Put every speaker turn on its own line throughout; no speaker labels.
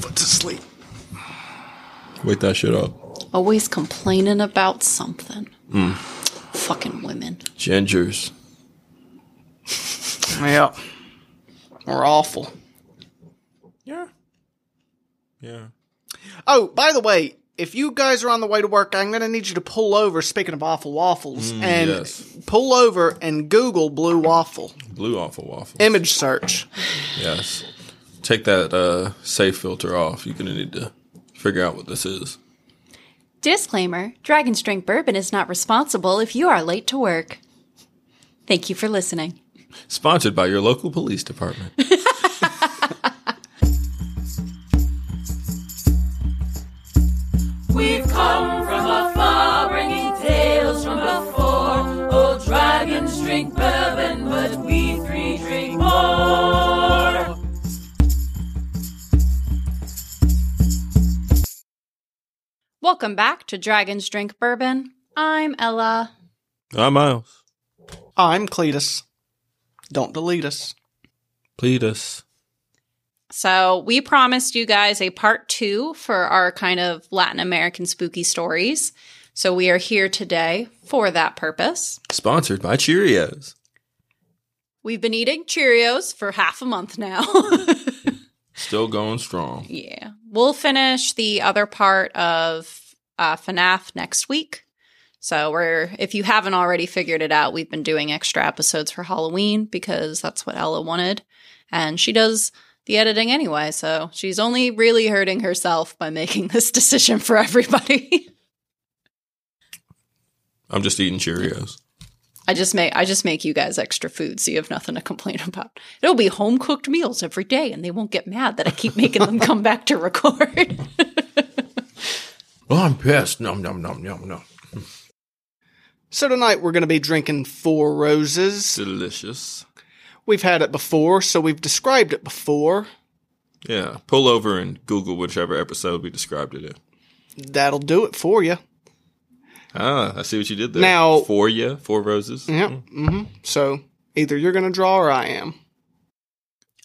put to sleep.
Wake that shit up.
Always complaining about something. Fucking women.
Gingers.
Yep. We're awful.
Yeah. Yeah.
Oh, by the way, if you guys are on the way to work, I'm going to need you to pull over. Speaking of awful waffles, and
yes.
pull over and Google blue waffle
Blue awful waffle.
image search.
yes. Take that uh, safe filter off. You're gonna need to figure out what this is.
Disclaimer Dragon's Drink Bourbon is not responsible if you are late to work. Thank you for listening.
Sponsored by your local police department.
We've come from afar, bringing tales from before. Old dragons drink bourbon, but we three drink more.
Welcome back to Dragon's Drink Bourbon. I'm Ella.
I'm Miles.
I'm Cletus. Don't delete us.
Plead us.
So, we promised you guys a part two for our kind of Latin American spooky stories. So, we are here today for that purpose.
Sponsored by Cheerios.
We've been eating Cheerios for half a month now.
Still going strong.
yeah. We'll finish the other part of uh, FNAF next week. So we're if you haven't already figured it out, we've been doing extra episodes for Halloween because that's what Ella wanted. And she does the editing anyway, so she's only really hurting herself by making this decision for everybody.
I'm just eating Cheerios.
I just make I just make you guys extra food so you have nothing to complain about. It'll be home cooked meals every day and they won't get mad that I keep making them come back to record.
Well, Oh, I'm pissed. Nom nom nom nom nom.
So tonight we're going to be drinking Four Roses.
Delicious.
We've had it before, so we've described it before.
Yeah. Pull over and Google whichever episode we described it in.
That'll do it for you.
Ah, I see what you did there.
Now-
for you, four roses.
Yep. hmm So either you're going to draw or I am.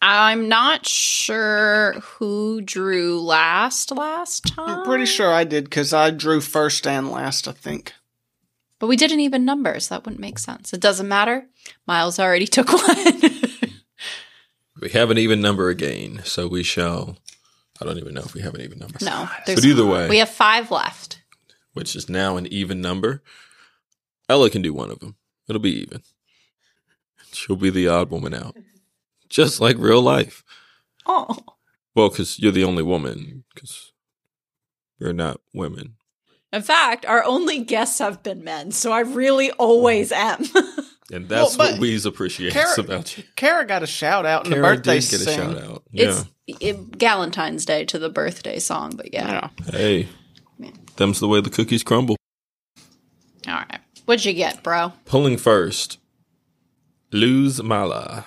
I'm not sure who drew last last time.
I'm pretty sure I did because I drew first and last, I think.
But we didn't even numbers. That wouldn't make sense. It doesn't matter. Miles already took one.
We have an even number again, so we shall. I don't even know if we have an even number.
no.
But either way,
We have five left.
which is now an even number, Ella can do one of them. It'll be even. She'll be the odd woman out, just like real life.
Oh.
Well, because you're the only woman, because we're not women.
In fact, our only guests have been men, so I really always am.
And that's
Well, but
what we appreciate
Kara-
about you.
Kara got a shout out in the
Kara
birthday
did get
sing.
a shout out. Yeah.
It's it, Galentine's Day to the birthday song, but yeah.
Yeah.
hey, them's the way the cookies crumble.
All right. What'd you get, bro?
Pulling first, lose Mala.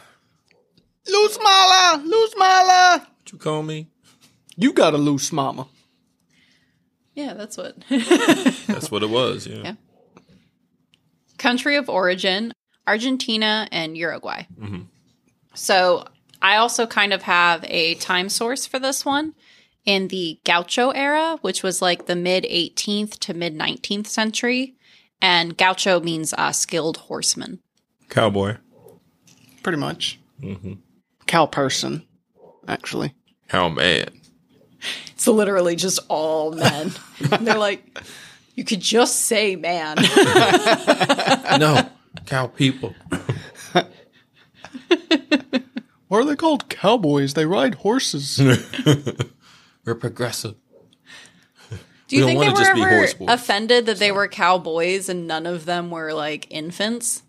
Loose mala, loose mala.
What you call me?
You got a loose mama.
Yeah, that's what.
That's what it was. Yeah.
Yeah. Country of origin Argentina and Uruguay. So I also kind of have a time source for this one in the Gaucho era, which was like the mid 18th to mid 19th century. And Gaucho means uh, skilled horseman.
Cowboy.
Pretty much. Mm-hmm. Cow person, actually.
How man.
It's literally just all men. and they're like, you could just say man.
no, cow people.
Why are they called cowboys? They ride horses.
We're progressive.
Do you
We
think
don't wanna
they were
just be
ever
horse boys.
offended that they were cowboys and none of them were like infants?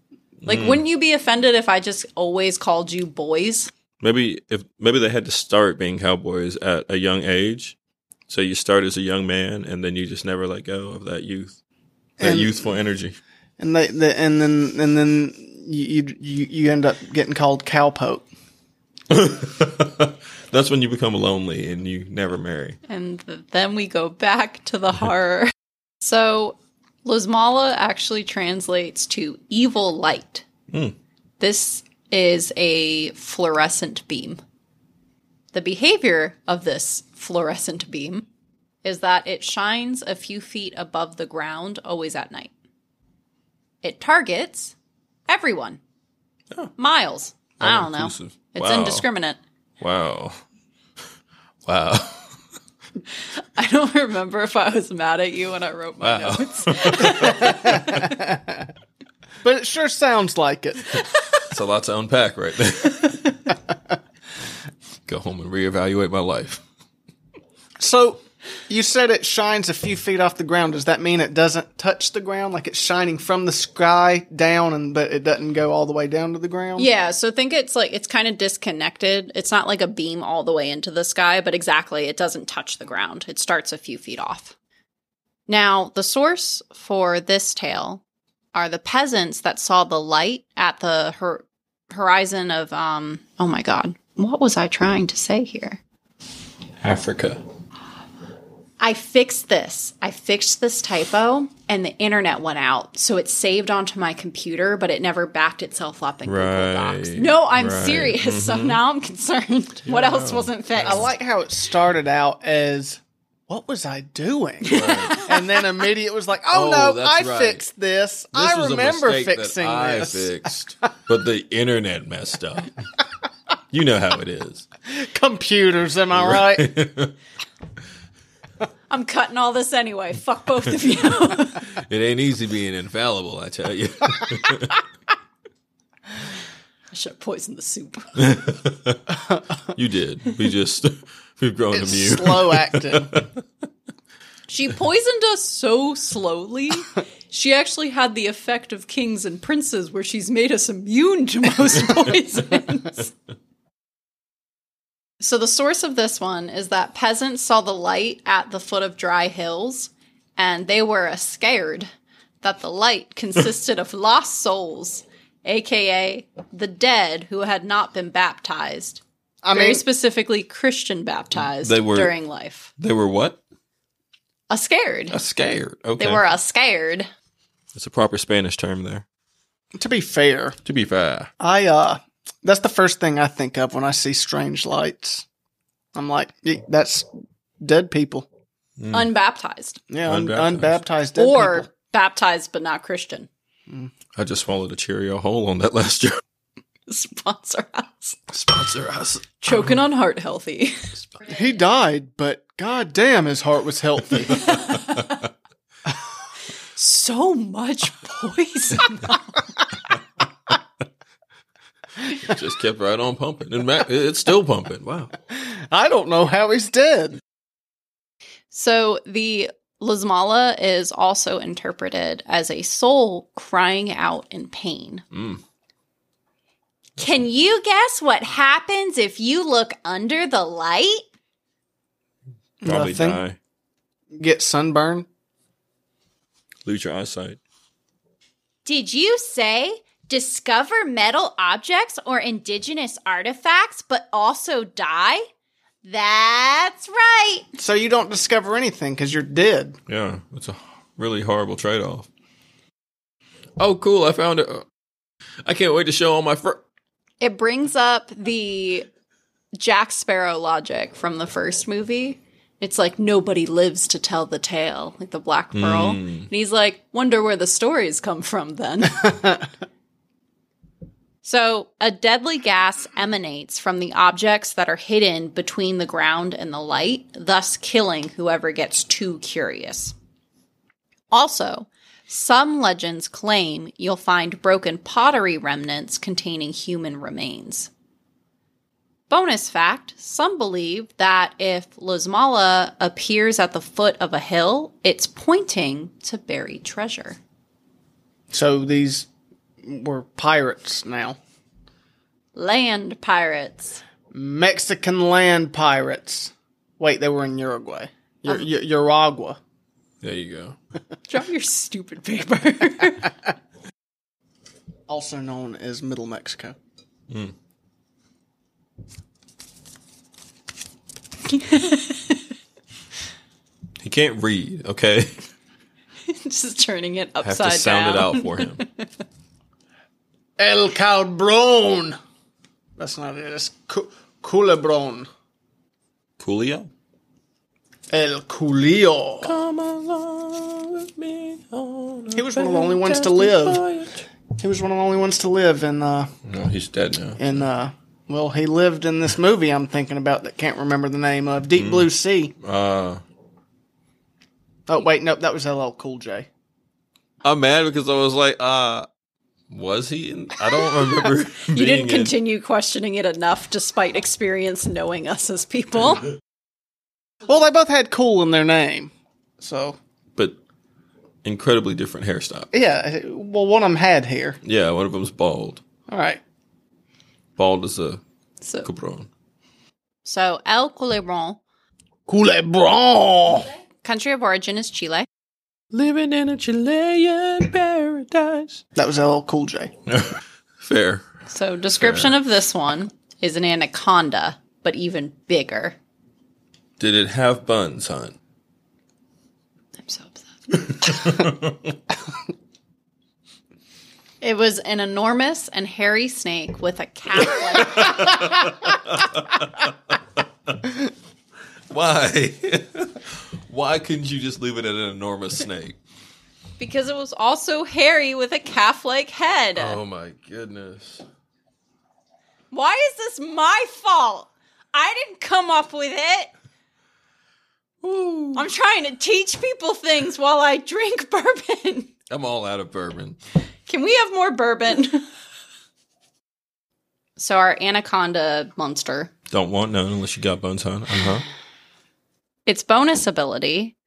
Like,
Mm.
wouldn't you be offended if I just always called you boys?
Maybe if maybe they had to start being cowboys at a young age. So you start as a young man and then you just never let go of that youth. That
And-
youthful energy.
and they, they and then and then you you- you you end up getting called cowpoke.
That's when you become lonely and you never marry.
And th- then we go back to the horror. So, Losmala actually translates to evil
Hmm.
light. This is a fluorescent beam. The behavior of this fluorescent beam is that it shines a few feet above the ground always at night. It targets everyone. Miles. I
All
don't know.
inclusive.
It's
Oh. Wow.
indiscriminate.
Wow. Wow.
I don't remember if I was mad at you when I wrote my
Wow.
notes.
But it sure sounds like it.
It's a lot to unpack right there. Go home and reevaluate my life.
So you said it shines a few feet off the ground. Does that mean it doesn't touch the ground? Like it's shining from the sky down, and but it doesn't go all the way down to the ground?
Yeah, so think it's like it's kind of disconnected. It's not like a beam all the way into the sky, but exactly, it doesn't touch the ground. It starts a few feet off. Now, the source for this tale are the peasants that saw the light at the hor- horizon of um oh my god, what was I trying to say here?
Africa.
I fixed this. I fixed this typo and the internet went out. So it saved onto my computer, but it never backed itself up in Google Docs.
Right,
No, I'm
right.
serious. So now I'm concerned. What else wasn't fixed?
I like how it started out as what was I doing? and then immediately it was like, oh,
Oh,
no, I
that's right.
fixed this. I remember fixing
I
this.
fixed, but the internet messed up. You know how it is.
Computers, am I right?
I'm cutting all this anyway. Fuck both of you.
It ain't easy being infallible, I tell you.
I should have poisoned the soup.
You did. We just we've grown
It's
immune.
slow acting.
She poisoned us so slowly. She actually had the effect of kings and princes, where she's made us immune to most poisons. so, the source of this one is that peasants saw the light at the foot of dry hills, and they were uh, scared that the light consisted of lost souls, aka the dead who had not been baptized,
I
very
mean,
specifically Christian baptized
They were-
during life.
They were what?
A scared.
A scared. Okay.
They were uh, scared.
It's a proper Spanish term there.
to be fair,
To be fair.
I uh that's the first thing I think of when I see strange lights. I'm like, "Ye- that's dead people.
mm, Hmm.
unbaptized
Yeah, un-
Unbaptized.
unbaptized, dead
or
people.
baptized but not Christian.
I just swallowed a Cheerio whole on that last joke.
Sponsor us.
Sponsor us.
Choking on heart healthy.
He died, but god damn his heart was healthy.
so much poison.
It just kept right on pumping. And ma- it's still pumping. Wow.
I don't know how he's dead.
so the Lismala is also interpreted as a soul crying out in pain.
Mm.
Can you guess what happens if you look under the light?
Probably
Nothing.
die.
Get sunburn.
Lose your eyesight.
Did you say discover metal objects or indigenous artifacts but also die? That's right.
So you don't discover anything because you're dead.
Yeah. It's a really horrible trade off. Oh, cool. I found it. I can't wait to show all my fr
It brings up the Jack Sparrow logic from the first movie. It's like nobody lives to tell the tale, like the Black Pearl. And he's like, wonder where the stories come from then. so, a deadly gas emanates from the objects that are hidden between the ground and the light, thus killing whoever gets too curious. Also, some legends claim you'll find broken pottery remnants containing human remains. Bonus fact some believe that if Lismala appears at the foot of a hill, it's pointing to buried treasure.
So these were pirates now.
Land pirates.
Mexican land pirates. Wait, they were in Uruguay. Ur- Ur- Uragua.
There you go.
Drop your stupid paper.
also known as Middle Mexico.
He can't read, okay?
Just turning it
Have
upside
to sound
down.
it out for him.
El Calbron. That's not it. That's Cu- Culebron.
Coolio.
El Coolio.
Come along with me on
He was one of the only ones to live. He was one of the only ones to live in uh
No, he's dead now.
in uh well, he lived in this movie I'm thinking about that can't remember the name of Deep Blue Sea.
Uh,
Oh wait, nope, that was LL Cool J.
I'm mad because I was like, uh, was he? In, I don't remember.
You didn't
being in-
continue questioning it enough despite experience knowing us as people.
Well, they both had cool in their name. So,
but incredibly different hairstyle.
yeah, well one of them had hair.
Yeah, one of them's bald.
All right.
Bald as a
So,
cabron.
so El Culebron,
Coule Bron.
country of origin is Chile.
Living in a Chilean paradise.
That was LL Cool J.
Fair.
So, description of this one is an anaconda, but even bigger.
Did it have buns, hon?
I'm so upset. it was an enormous and hairy snake with a cat.
Why? Why couldn't you just leave it at an enormous snake?
because it was also hairy with a calf like head.
Oh my goodness.
Why is this my fault? I didn't come up with it. I'm trying to teach people things while I drink bourbon.
I'm all out of bourbon.
Can we have more bourbon? so, our anaconda monster,
Don't want none unless you got buns, hon. Uh huh.
its bonus ability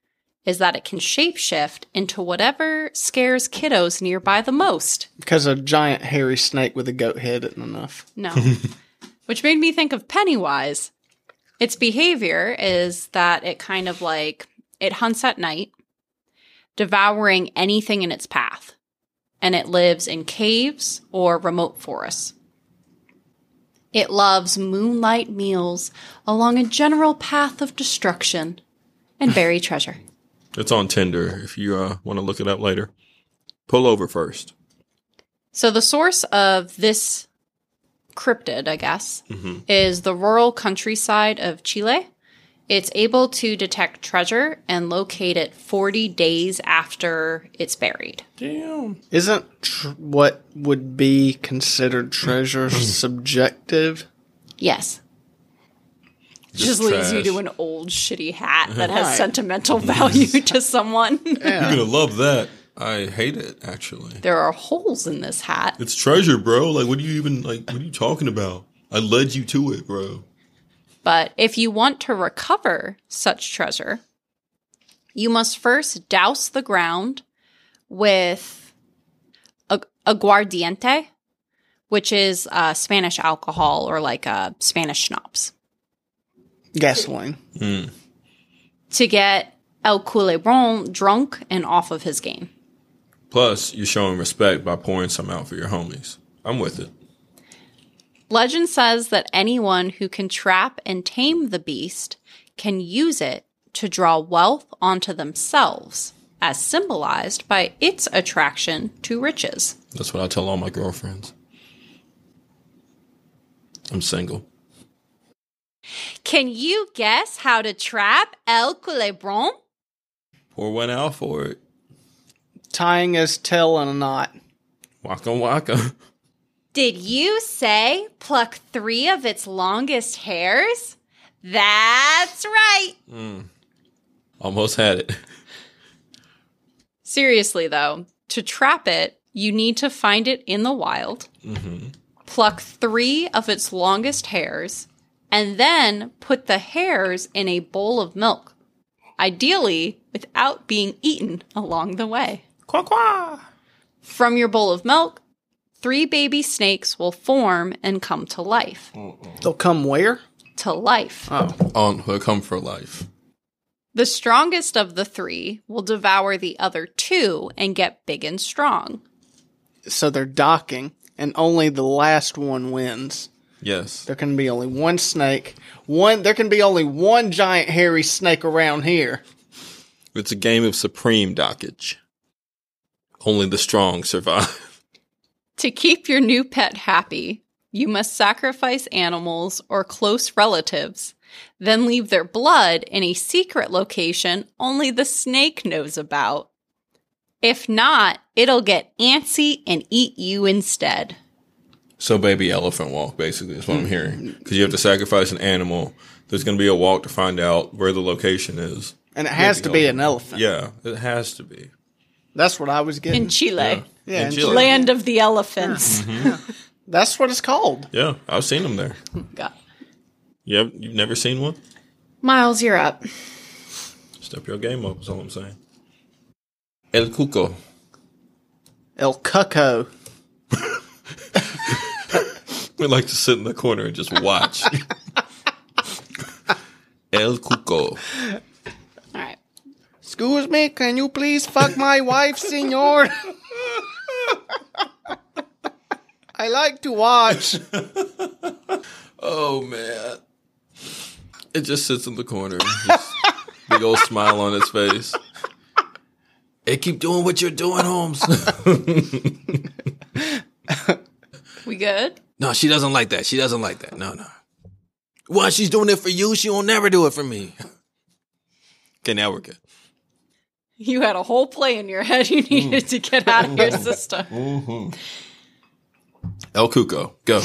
is that it can shapeshift into whatever scares kiddos nearby the most.
Because a giant hairy snake with a goat head isn't enough.
No. Which made me think of Pennywise. Its behavior is that it kind of like it hunts at night, devouring anything in its path. And it lives in caves or remote forests. It loves moonlight meals along a general path of destruction and buried treasure.
It's on Tinder if you uh, want to look it up later. Pull over first.
So the source of this cryptid, I guess, is the rural countryside of Chile. It's able to detect treasure and locate it 40 days after it's buried.
Damn.
Isn't tr- what would be considered treasure subjective?
Yes. Just, leaves you to an old shitty hat that has
Right.
sentimental value to someone.
You're gonna love that. I hate it actually.
there are holes in this hat.
It's treasure, bro. Like, what are you even like? What are you talking about? I led you to it, bro.
But if you want to recover such treasure, you must first douse the ground with ag- aguardiente, which is uh, Spanish alcohol or like uh, Spanish schnapps,
Gasoline.
to get El Culebron drunk and off of his game.
Plus, you're showing respect by pouring some out for your homies. I'm with it.
Legend says that anyone who can trap and tame the beast can use it to draw wealth onto themselves, as symbolized by its attraction to riches.
That's what I tell all my girlfriends. I'm single.
Can you guess how to trap El Culebron?
Pour one out for it.
Tying his tail in a knot.
Waka waka.
Did you say pluck three of its longest hairs? That's right.
Almost had it.
Seriously, though, to trap it, you need to find it in the wild, pluck three of its longest hairs, and then put the hairs in a bowl of milk, ideally without being eaten along the way.
Qua qua.
From your bowl of milk, three baby snakes will form and come to life.
They'll come where?
To life.
On her come for life.
The strongest of the three will devour the other two and get big and strong.
So they're docking, and only the last one wins.
Yes.
There can be only one snake. One. There can be only one giant hairy snake around here.
It's a game of supreme dockage. Only the strong survive.
To keep your new pet happy, you must sacrifice animals or close relatives then leave their blood in a secret location only the snake knows about. If not, it'll get antsy and eat you instead.
So baby elephant walk basically is what I'm hearing because you have to sacrifice an animal. There's going to be a walk to find out where the location is.
And it has to be an elephant.
Yeah, it has to be.
That's what I was getting.
In Chile,
Mm-hmm. yeah,
In
in
Chile.
Chile.
land of the elephants.
That's what it's called.
Yeah, I've seen them there.
Mm-hmm.
God.
You have, you've never seen one?
Miles, you're up.
Step your game up. Is all I'm saying. El Cuco.
El Cuco.
We like to sit in the corner and just watch. El Cuco.
All right.
Excuse me, can you please fuck my wife, senor? I like to watch.
Oh man, it just sits in the corner. Just big old smile on its face. Hey, keep doing what you're doing, Holmes.
We good?
no, she doesn't like that. She doesn't like that. No, no. Why she's doing it for you, she will never do it for me. Okay, now we're good.
You had a whole play in your head
Mm.
you needed to get out of your system.
El Cuco, go.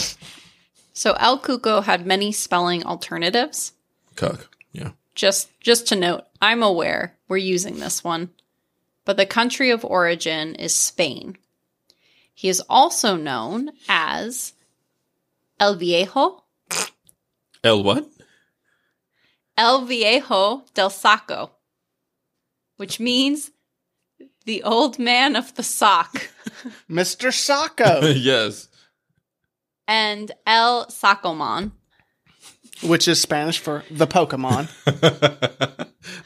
So El Cuco had many spelling alternatives.
Cock. Yeah.
Just just to note, I'm aware we're using this one. But the country of origin is Spain. He is also known as El Viejo,
El what?
El Viejo del Saco, which means the old man of the sock,
Mr. Sacco,
yes.
and El Sacomon.
which is Spanish for the Pokemon.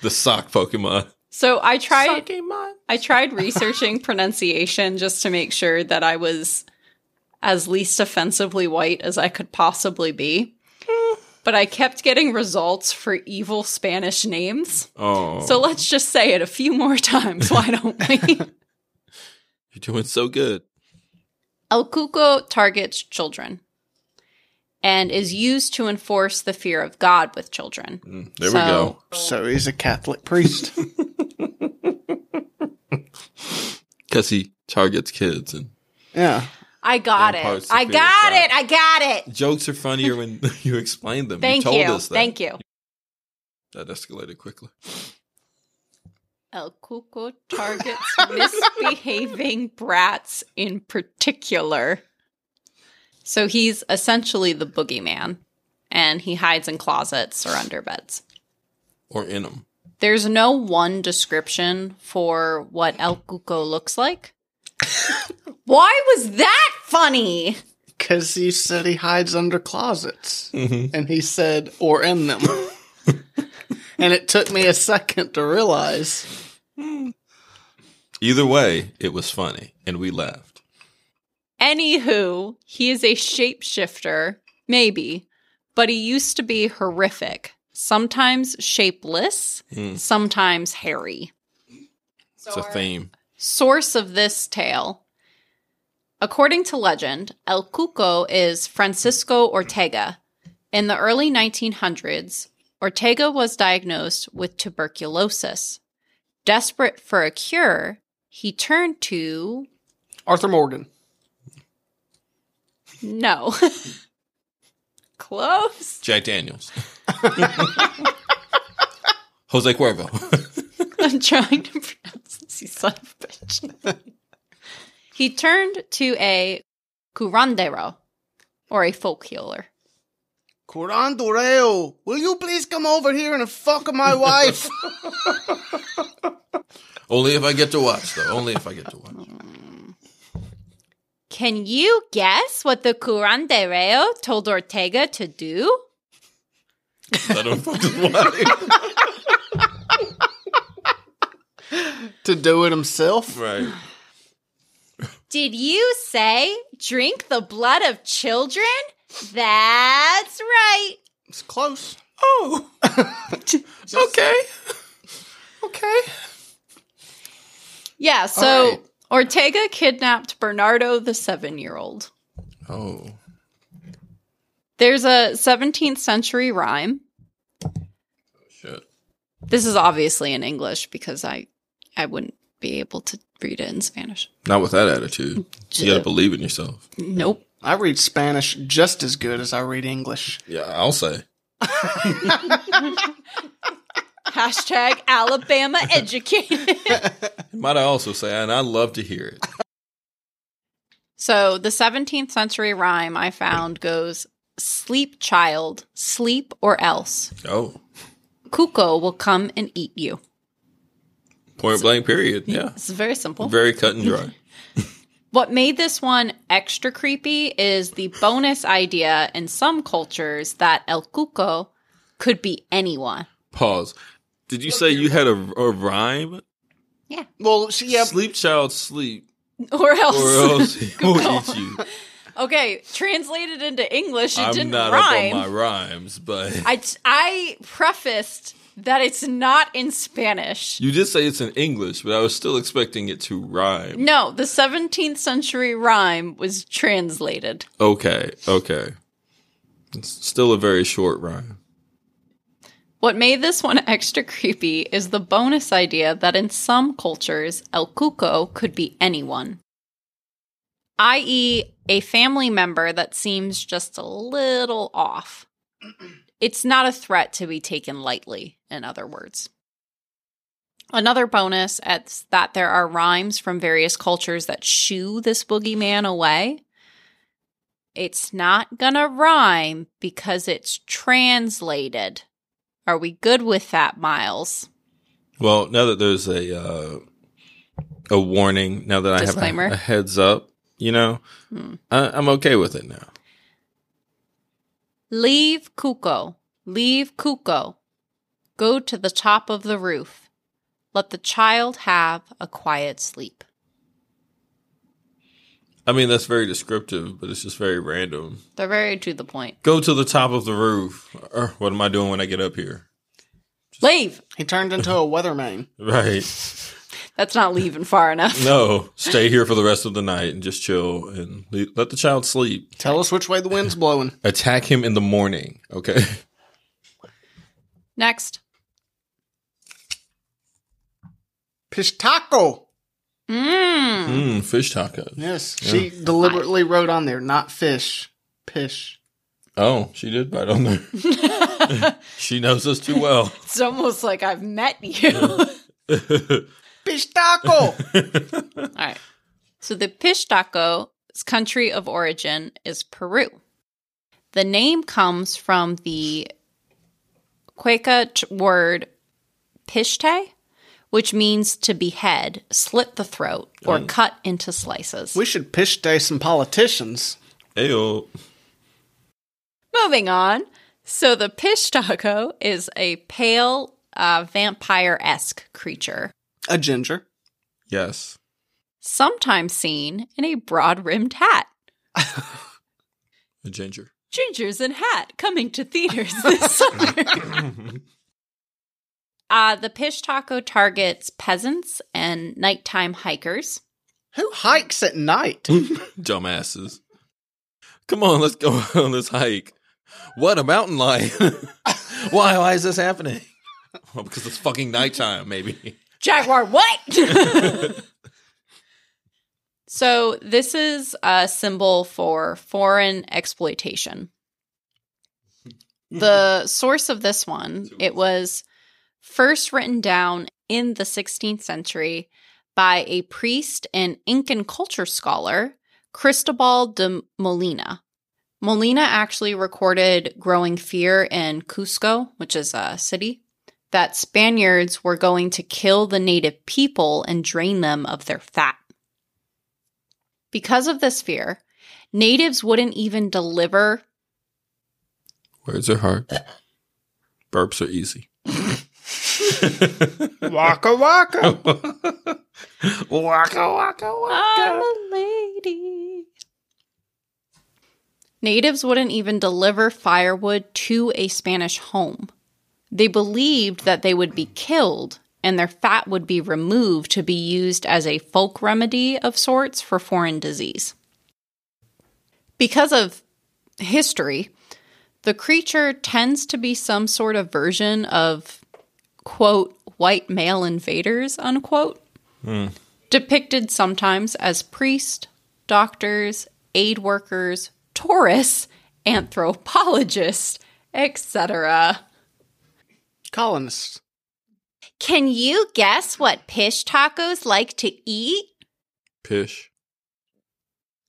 the sock Pokemon.
So I tried
Pokemon.
I tried researching pronunciation just to make sure that I was as least offensively white as I could possibly be. But I kept getting results for evil Spanish names.
Oh,
So let's just say it a few more times, why don't we?
you're doing so good.
El Cuco targets children and is used to enforce the fear of God with children.
Mm, There we
So-
go.
So he's a Catholic priest.
Because he targets kids, and
Yeah.
I got
And
it.
parts of
I
fear of
got
God.
it. I got it.
jokes are funnier when you explain them.
Thank
you told
you.
us that.
Thank you.
That escalated quickly.
El Cuco targets misbehaving brats in particular. So he's essentially the boogeyman, and he hides in closets or under beds.
Or in them.
There's no one description for what El Cuco looks like. Why was that funny?
Because he said he hides under closets.
Mm-hmm.
And he said, or in them. and it took me a second to realize.
Either way, it was funny, and we laughed.
Anywho, he is a shapeshifter, maybe, but he used to be horrific. Sometimes shapeless,
Mm.
sometimes hairy.
It's a theme.
Source of this tale. According to legend, El Cuco is Francisco Ortega. In the early 1900s, Ortega was diagnosed with tuberculosis. Desperate for a cure, he turned to
Arthur Morgan.
no. Close.
Jack Daniels. Jose Cuervo.
I'm trying to pronounce this, you son of a bitch. he turned to a curandero or a folk healer.
Corandoreo, will you please come over here and fuck my wife?
Only if I get to watch, though. Only if I get to watch.
Can you guess what the curandero told Ortega to do?
I don't fucking watch.
to do it himself?
Right.
Did you say drink the blood of children? That's right.
It's close.
Oh. okay.
Okay.
Yeah, so
right.
Ortega kidnapped Bernardo, the seven year old.
Oh.
There's a 17th century rhyme This is obviously in English because I I wouldn't be able to read it in Spanish.
Not with that attitude. You
Yeah.
gotta believe in yourself.
Nope.
I read Spanish just as good as I read English.
Yeah, I'll say.
Hashtag Alabama educated.
Might I also say, and I love to hear it.
So the 17th century rhyme I found goes sleep child, sleep or else.
Oh,
Cuckoo will come and eat you.
point blank, period. Yeah.
It's very simple.
Very cut and dry.
What made this one extra creepy is the bonus idea in some cultures that El Cuco could be anyone.
Pause. Did you say you had a, a rhyme?
Well, she, yeah,
Sleep, child, sleep,
Or else.
or else he will eat you.
okay, translated into English, it
I'm
didn't
not
rhyme.
up on my rhymes, but
I, I prefaced that it's not in Spanish.
you did say it's in English, but I was still expecting it to rhyme.
No, the 17th century rhyme was translated.
Okay, okay. It's still a very short rhyme.
What made this one extra creepy is the bonus idea that in some cultures, El Cuco could be anyone, i.e., a family member that seems just a little off. It's not a threat to be taken lightly, in other words. Another bonus is that there are rhymes from various cultures that shoo this boogeyman away. It's not gonna rhyme because it's translated. Are we good with that, Miles?
Well, now that there's a uh, a warning, now that I
Disclaimer.
have a, a heads up, you know,
Hmm.
I, I'm okay with it now.
Leave Kuko. Leave Kuko. Go to the top of the roof. Let the child have a quiet sleep.
I mean, that's very descriptive, but it's just very random.
They're very to the point.
Go to the top of the roof. Er, what am I doing when I get up here?
Leave!
he turned into a weatherman.
Right.
That's not leaving far enough.
No, stay here for the rest of the night and just chill and le- let the child sleep.
Tell us which way the wind's blowing.
Attack him in the morning, okay?
Next.
Pistaco.
Mmm.
Mmm, fish tacos.
Yes, she deliberately wrote on there, not fish, pish.
Oh, she did right on there. she knows us too well.
It's almost like I've met you. All
Pistaco.
right. So the Pishtaco's country of origin is Peru. The name comes from the Cuenca ch- word pishte, which means to behead, slit the throat, or cut into slices.
we should pish day some politicians.
Ayo.
Moving on. So the Pishtaco is a pale, uh, vampire esque creature,
A ginger.
Yes.
sometimes seen in a broad rimmed hat.
A ginger.
Gingers in Hat coming to theaters this summer. uh, the Pish Taco targets peasants and nighttime hikers.
Who hikes at night?
Dumbasses. Come on, let's go on this hike. What a mountain lion. why? Why is this happening? Well, because it's fucking nighttime, maybe.
Jaguar, what? so, this is a symbol for foreign exploitation. The source of this one, it was first written down in the 16th century by a priest and Incan culture scholar, Cristobal de Molina. Molina actually recorded growing fear in Cusco, which is a city that Spaniards were going to kill the native people and drain them of their fat. Because of this fear, natives wouldn't even deliver.
Words are hard. Burps are easy.
waka waka.
Waka waka
I'm a lady. Natives wouldn't even deliver firewood to a Spanish home. They believed that they would be killed and their fat would be removed to be used as a folk remedy of sorts for foreign disease. Because of history, the creature tends to be some sort of version of quote, white male invaders, unquote, depicted sometimes as priests, doctors, aid workers, tourists, anthropologists, etc.
Colonists.
Can you guess what pish tacos like to eat?
Pish.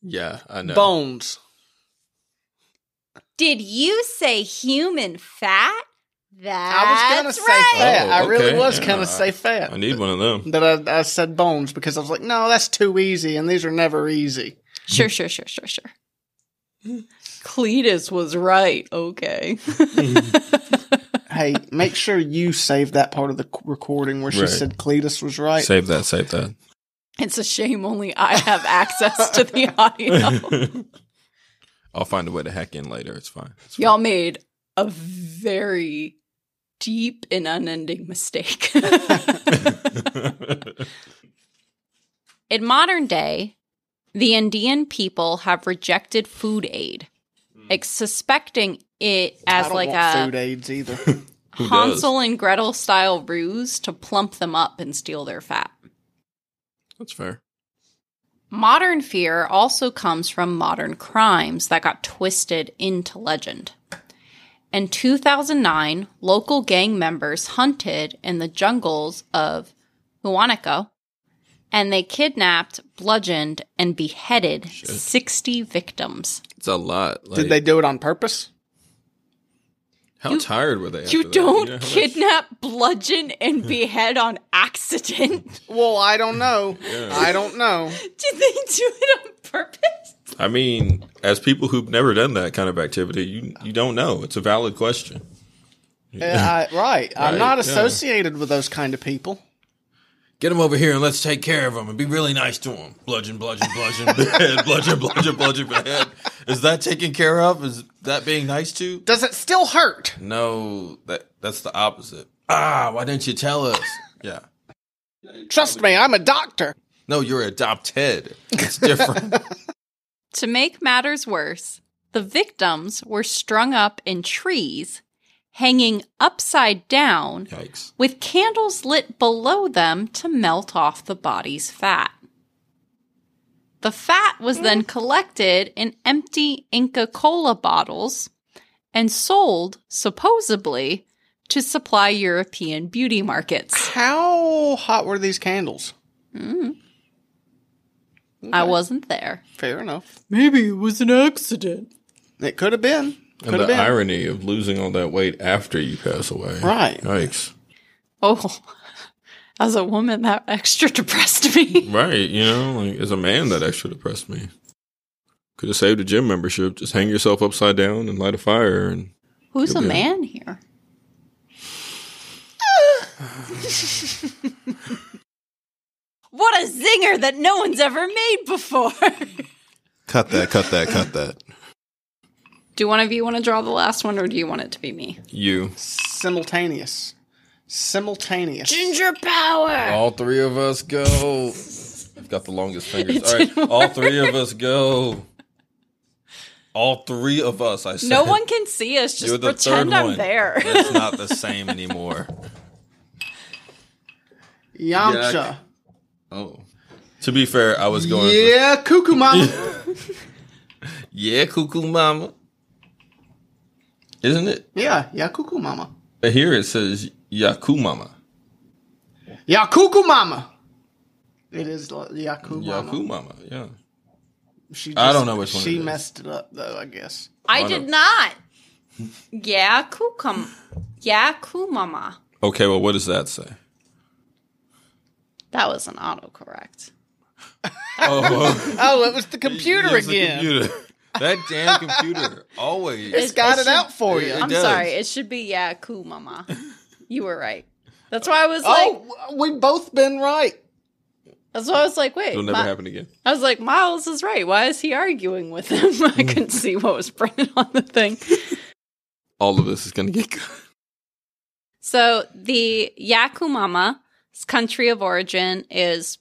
Yeah, I know.
Bones.
Did you say human fat? That's
I was gonna say
right.
fat. I
Oh,
really
okay.
was gonna
Yeah.
say fat.
I need one of them.
that I, I said bones because I was like, no, that's too easy, and these are never easy.
Sure, sure, sure, sure, sure. Cletus was right. Okay.
Hey, make sure you save that part of the c- recording where she
Right.
said Cletus was right.
Save that, save that.
it's a shame only I have access to the audio.
I'll find a way to hack in later. It's fine. It's
Y'all made a very deep and unending mistake.
fine.
In modern day, the Indian people have rejected food aid, ex- suspecting it
I
as
don't
like
want
a
food aids either.
Who does?
Hansel and Gretel style ruse to plump them up and steal their fat.
That's fair.
Modern fear also comes from modern crimes that got twisted into legend. In 2009, local gang members hunted in the jungles of Huanaco and they kidnapped, bludgeoned, and beheaded 60 victims.
It's a lot. Like,
Did they do it on purpose?
How tired were they? after
You
that?
don't
know how much-
kidnap, bludgeon, and behead on accident.
Well, I don't know. I don't know.
Did they do it on purpose?
I mean, as people who've never done that kind of activity, you you don't know. It's a valid question.
Yeah, Uh, I, right. I'm
Right,
not
yeah.
associated with those kind of people.
Get them over here and let's take care of them and be really nice to them. Bludgeon, bludgeon, bludgeon, behead, bludgeon, bludgeon, bludgeon, behead. Is that taken care of? Is that being nice to?
Does it still hurt?
No, that that's the opposite. Ah, why didn't you tell us? Yeah.
Trust me, I'm a doctor.
No, you're adopted. It's different.
To make matters worse, the victims were strung up in trees, hanging upside down,
Yikes.
with candles lit below them to melt off the body's fat. The fat was then collected in empty Inca Cola bottles and sold, supposedly, to supply European beauty markets.
How hot were these candles?
I wasn't there.
Fair enough.
Maybe it was an accident.
It could have been. Could
And
have
the
been.
irony of losing all that weight after you pass away.
Right.
Yikes.
Oh, as a woman, that extra depressed me.
Right, you know, like as a man, that extra depressed me. Could have saved a gym membership. Just hang yourself upside down and light a fire. And
Who's a
Yeah.
man here? what a zinger that no one's ever made before.
cut that, cut that, cut that.
do one of you want to draw the last one or do you want it to be me?
You,
Simultaneous. Simultaneous.
Ginger power.
all three of us go. I've got the longest fingers. All right, all three of us go. All three of us. I said.
No one can see us. Just pretend I'm there.
It's not the same anymore.
Yamcha.
Yuck. Oh. To be fair, I was going. for-
Yeah, cuckoo mama.
yeah, cuckoo mama. Isn't it?
yeah, yeah, cuckoo mama.
But Here it says Yaku Mama.
Yeah, cuckoo mama. It is lo- Yaku mama.
Yaku Mama, yeah.
She
I don't know which one
She
it is.
messed it up though, I guess.
I
Oh,
did
no.
not. Yeah, kukum. Yeah, kumama.
Okay, well, what does that say?
That was an autocorrect.
Oh,
Oh, it was the computer
it's the
again.
computer. That damn computer. Always.
It's got
It
it out for you.
It
I'm
does.
sorry. It should be yeah, cool, mama. You were right. That's why I was like,
Oh, we've both been right.
that's why I was like, wait.
It'll never
Mi-
happen again.
I was like, Miles is right. Why is he arguing with him? I couldn't see what was printed on the thing.
All of this is going to get cut.
So the Yakumama's country of origin is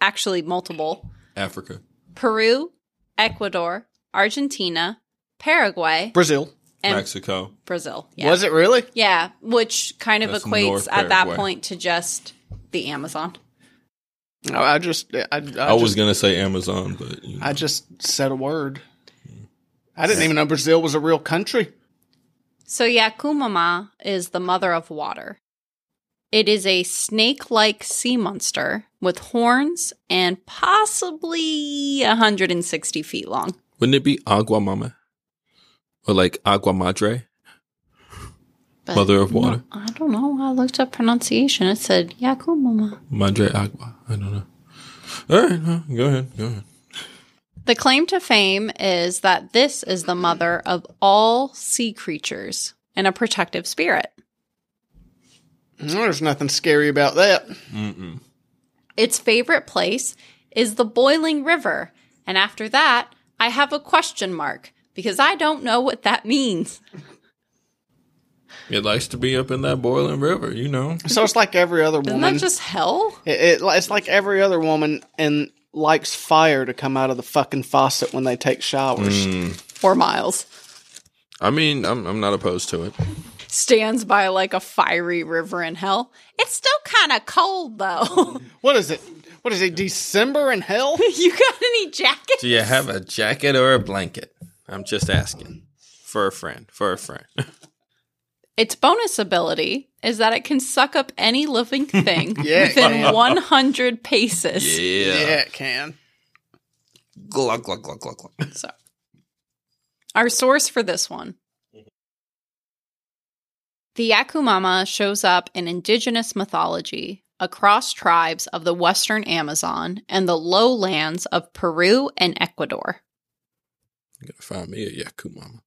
actually multiple.
Africa.
Peru, Ecuador, Argentina, Paraguay,
Brazil.
And
Mexico.
Brazil. Yeah.
Was it really?
Yeah, which kind of
That's
equates
North
at that
Paraguay.
point to just the Amazon.
No, I just I, I,
I was
just,
gonna say Amazon, but you know.
I just said a word. I didn't even know Brazil was a real country.
So Yakumama is the mother of water. It is a snake-like sea monster with horns and possibly 160 feet long.
wouldn't it be Agua Mama or like Agua Madre,
But
Mother of Water,
I don't know. I looked up pronunciation. It said Yakumama.
Madre Agua? I don't know. All right, no, go ahead, go ahead.
The claim to fame is that this is the mother of all sea creatures and a protective spirit.
Mm, There's nothing scary about that.
Its favorite place is the boiling river. And after that, I have a question mark because I don't know what that means.
It likes to be up in that boiling river, you know.
So it's like every other
Isn't
woman.
that just hell?
It, it, it's like every other woman and likes fire to come out of the fucking faucet when they take showers.
Mm.
Four miles.
I mean, I'm I'm not opposed to it.
Stands by like a fiery river in hell. It's still kind of cold though.
What is it? What is it? December in hell?
you got any jackets?
Do you have a jacket or a blanket? I'm just asking for a friend, for a friend.
Its bonus ability is that it can suck up any living thing
Yeah, it
within
can.
100 paces.
Yeah, it can.
Glug glug glug glug glug.
So, our source for this one. The Yakumama shows up in indigenous mythology across tribes of the western Amazon and the lowlands of Peru and Ecuador.
You gotta find me a Yaku mama.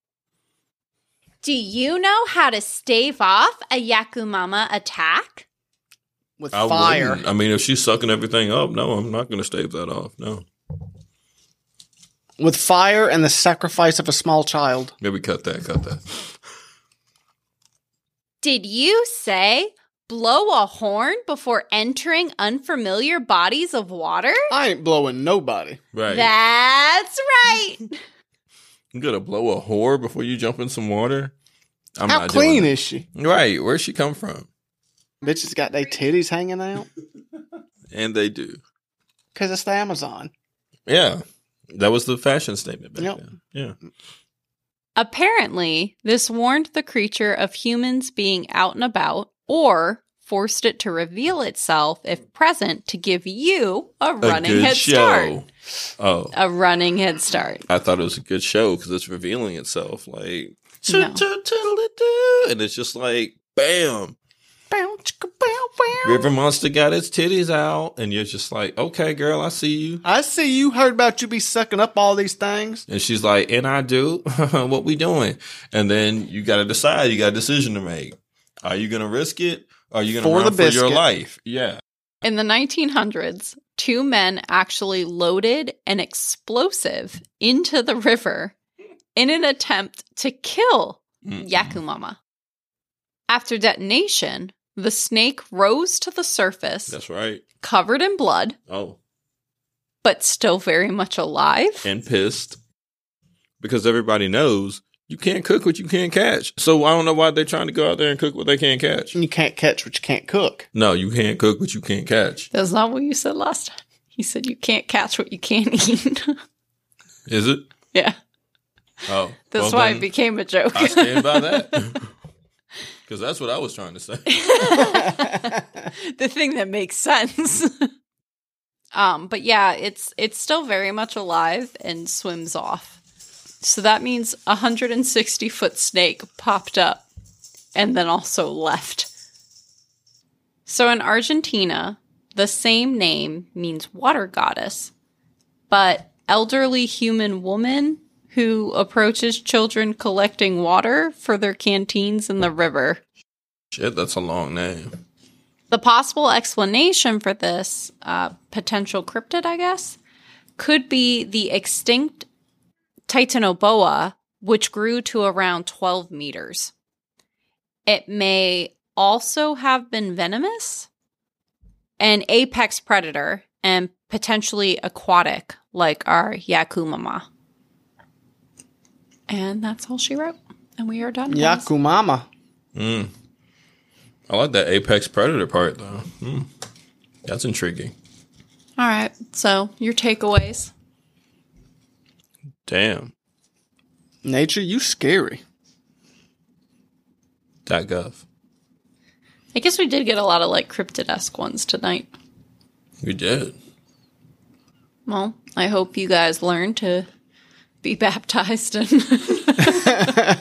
Do you know how to stave off a Yakumama attack?
With
I
fire.
wouldn't. I mean, if she's sucking everything up, no, I'm not gonna stave that off. No,
With fire and the sacrifice of a small child.
maybe cut that, cut that.
Did you say blow a horn before entering unfamiliar bodies of water?
I ain't blowing nobody.
Right,
That's right.
you gotta blow a whore before you jump in some water. I'm
How clean
doing
is she?
it. Right, where'd she come from?
Bitches got their titties hanging out.
And they do.
Because it's the Amazon.
Yeah, that was the fashion statement back
Yep.
then. Yeah,
Apparently, this warned the creature of humans being out and about or forced it to reveal itself if present to give you a running head start.
Oh,
A running head start.
I thought it was a good show because it's revealing itself, like
No.
"Toot-toot-toodle-doo," and it's just like bam,
Bow, chicka, bow, bow.
River Monster got its titties out, and you're just like, okay, girl, I see you.
I see you heard about you be sucking up all these things.
And she's like, and I do. what we doing? And then you got to decide. You got a decision to make. Are you gonna risk it? Are you gonna
For
run
the
for your
biscuit.
life? Yeah.
In the 1900s, two men actually loaded an explosive into the river in an attempt to kill
Mm.
Yakumama. After detonation, the snake rose to the surface,
That's right.
covered in blood.
Oh,
but still very much alive.
and pissed because everybody knows you can't cook what you can't catch. So I don't know why they're trying to go out there and cook what they can't catch.
You can't catch what you can't cook.
No, you can't cook what you can't catch.
That's not what you said last time. You said you can't catch what you can't eat.
Is it?
yeah,
Oh,
that's
well
why
then,
it became a joke.
I stand by that because that's what I was trying to say.
the thing that makes sense. um, but yeah, it's it's still very much alive and swims off. So that means a 160 foot snake popped up and then also left. So in Argentina, the same name means water goddess, but elderly human woman who approaches children collecting water for their canteens in the river.
Shit, that's a long name.
The possible explanation for this uh, potential cryptid, I guess, could be the extinct Titanoboa, which grew to around 12 meters. It may also have been venomous, an apex predator, and potentially aquatic, like our Yakumama. And that's all she wrote. And we are done. guys.
Yakumama.
I like that apex predator part though. Hmm. That's intriguing.
All right. So your takeaways.
Damn.
Nature, you scary.
Dot gov.
I guess we did get a lot of like cryptid esque ones tonight.
We did.
Well, I hope you guys learn to be baptized and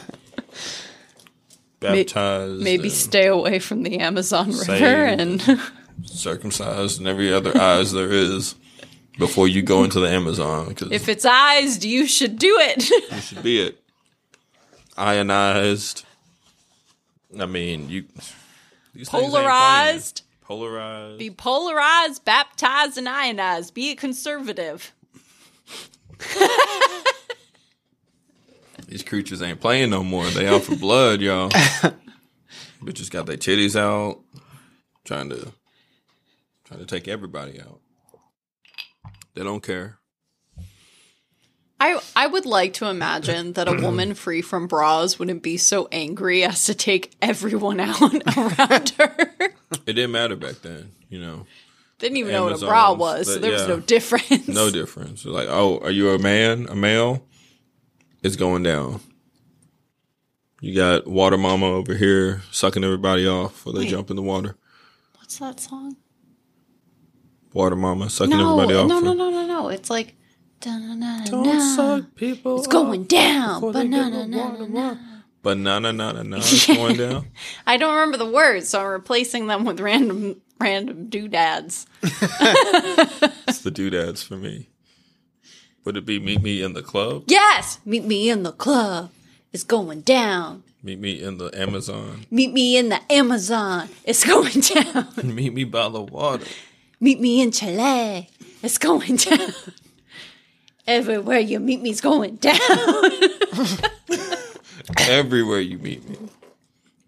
Baptized,
maybe
and
stay away from the Amazon River
Saved.
and
circumcised, and every other eyes there is before you go into the Amazon. Because
if it's eyes, you should do it.
should be it. Ionized. I mean, you. these things ain't playing.
Polarized.
Polarized.
Be polarized, baptized, and ionized. Be a conservative.
These creatures ain't playing no more. They out for blood, y'all. Bitches got their titties out, trying to trying to take everybody out. They don't care.
I, I would like to imagine that a woman free from bras wouldn't be so angry as to take everyone out around her.
It didn't matter back then, you know.
Didn't even know what a bra
Amazons,
was, so
but
there was
yeah.
no difference.
No difference. Like, oh, are you a man, a male? It's going down. You got water mama over here sucking everybody off while they jump in the water.
What's that song?
Water mama sucking
No,
everybody
no,
off.
no,
for-
no, no, no. It's like. Don't
Don't suck people.
It's going down.
Banana,
Banana,
banana, banana. Banana, banana, banana. It's going down.
I don't remember the words, so I'm replacing them with random random doodads.
It's the doodads for me. Would it be meet me in the club?
Yes, meet me in the club. It's going down.
Meet me in the Amazon.
Meet me in the Amazon. It's going down.
meet me by the water.
meet me in Chile. It's going down. Everywhere you meet me's going down.
Everywhere you meet me.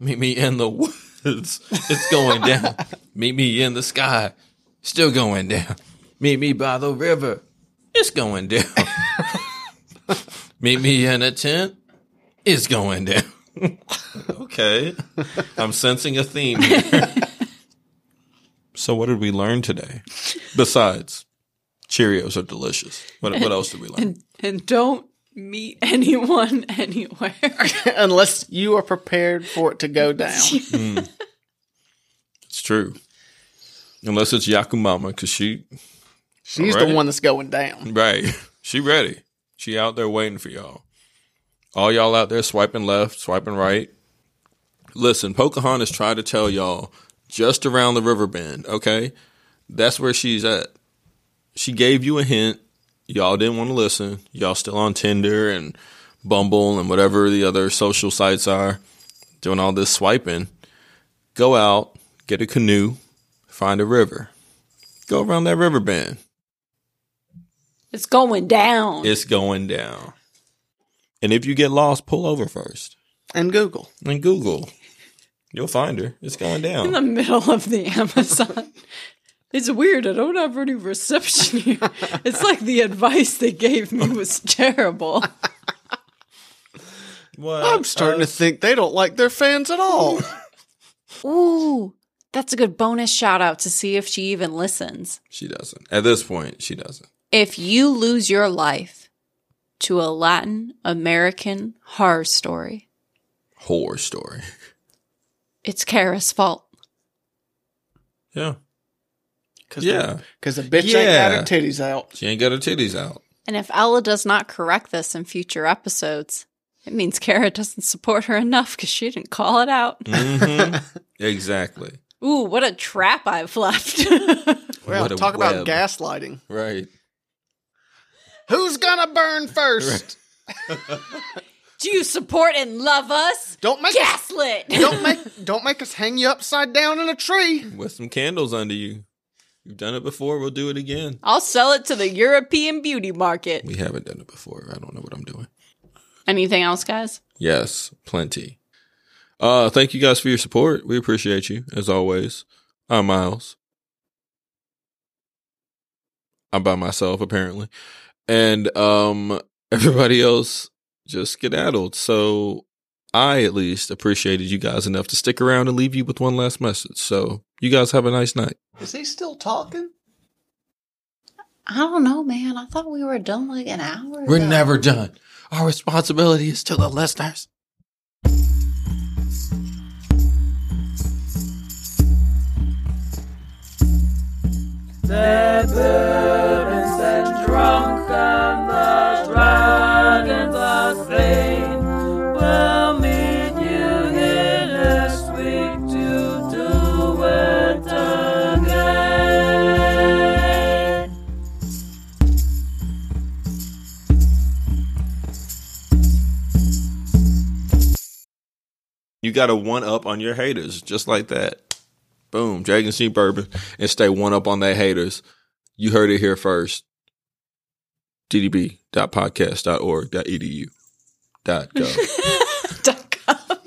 Meet me in the woods. It's going down. meet me in the sky. Still going down. Meet me by the river. It's going down. meet me in a tent. It's going down. okay. I'm sensing a theme here. so, what did we learn today? Besides, Cheerios are delicious. What, what else did we learn?
and don't meet anyone anywhere.
Unless you are prepared for it to go down.
It's true. Unless it's Yakumama, because she
She's the
Alright.
one that's going down.
Right. She ready. She out there waiting for y'all. All y'all out there swiping left, swiping right. Listen, Pocahontas tried to tell y'all just around the river bend, okay? That's where she's at. She gave you a hint. Y'all didn't want to listen. Y'all still on Tinder and Bumble and whatever the other social sites are doing all this swiping. Go out, get a canoe, find a river. Go around that river bend.
it's going down.
It's going down. And if you get lost, pull over first
And Google.
and Google. You'll find her. It's going
in the
down.
middle of the Amazon. It's weird. I don't have any reception here. It's like the advice they gave me was terrible.
What?
I'm starting
Uh,
to think they don't like their fans at all.
Ooh, that's a good bonus shout out to see if she even listens.
She doesn't. At this point, she doesn't.
If you lose your life to a Latin American horror story,
Horror story.
it's Kara's fault.
Yeah.
Cause
Yeah.
Because the bitch ain't got
Yeah.
her titties out.
She ain't got her titties out.
And if Ella does not correct this in future episodes, it means Kara doesn't support her enough because she didn't call it out.
hmm exactly.
Ooh, what a trap I've left.
Well,
What a
talk about
web.
gaslighting.
Right.
Who's gonna burn first?
Do you support and love us?
Don't make us,
Gaslit!
don't make don't make us hang you upside down in a tree.
With some candles under you. You've done it before. We'll do it again.
I'll sell it to the European beauty market.
We haven't done it before. I don't know what I'm doing.
Anything else, guys?
Yes, plenty. Uh, thank you guys for your support. We appreciate you as always. I'm Miles. I'm by myself apparently, and um, everybody else just skedaddled. So I at least appreciated you guys enough to stick around and leave you with one last message. So you guys have a nice night.
Is he still talking?
I don't know, man. I thought we were done like an hour.
We're
ago.
never done. Our responsibility is to the listeners.
The bourbons and drunk and the dragons are slain. We'll meet you here next week to do it again.
You got to one up on your haters, just like that. Boom, Dragon Sea Bourbon, and stay one up on their haters. You heard it here first. ddb.podcast.org.edu. E Dot gov.
Duck up.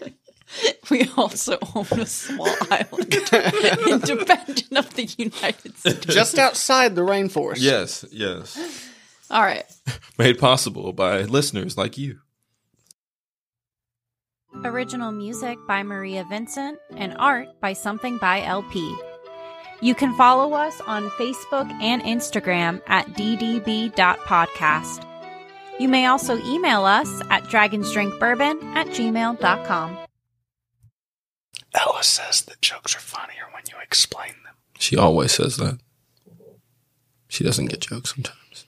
we also own a small island independent of the United States.
Just outside the rainforest.
yes, yes.
All right.
Made possible by listeners like you.
Original music by Maria Vincent and art by Something by LP. You can follow us on Facebook and Instagram at ddb.podcast. You may also email us at dragonsdrinkbourbon at gmail.com.
Ella says that jokes are funnier when you explain them.
She always says that. She doesn't get jokes sometimes.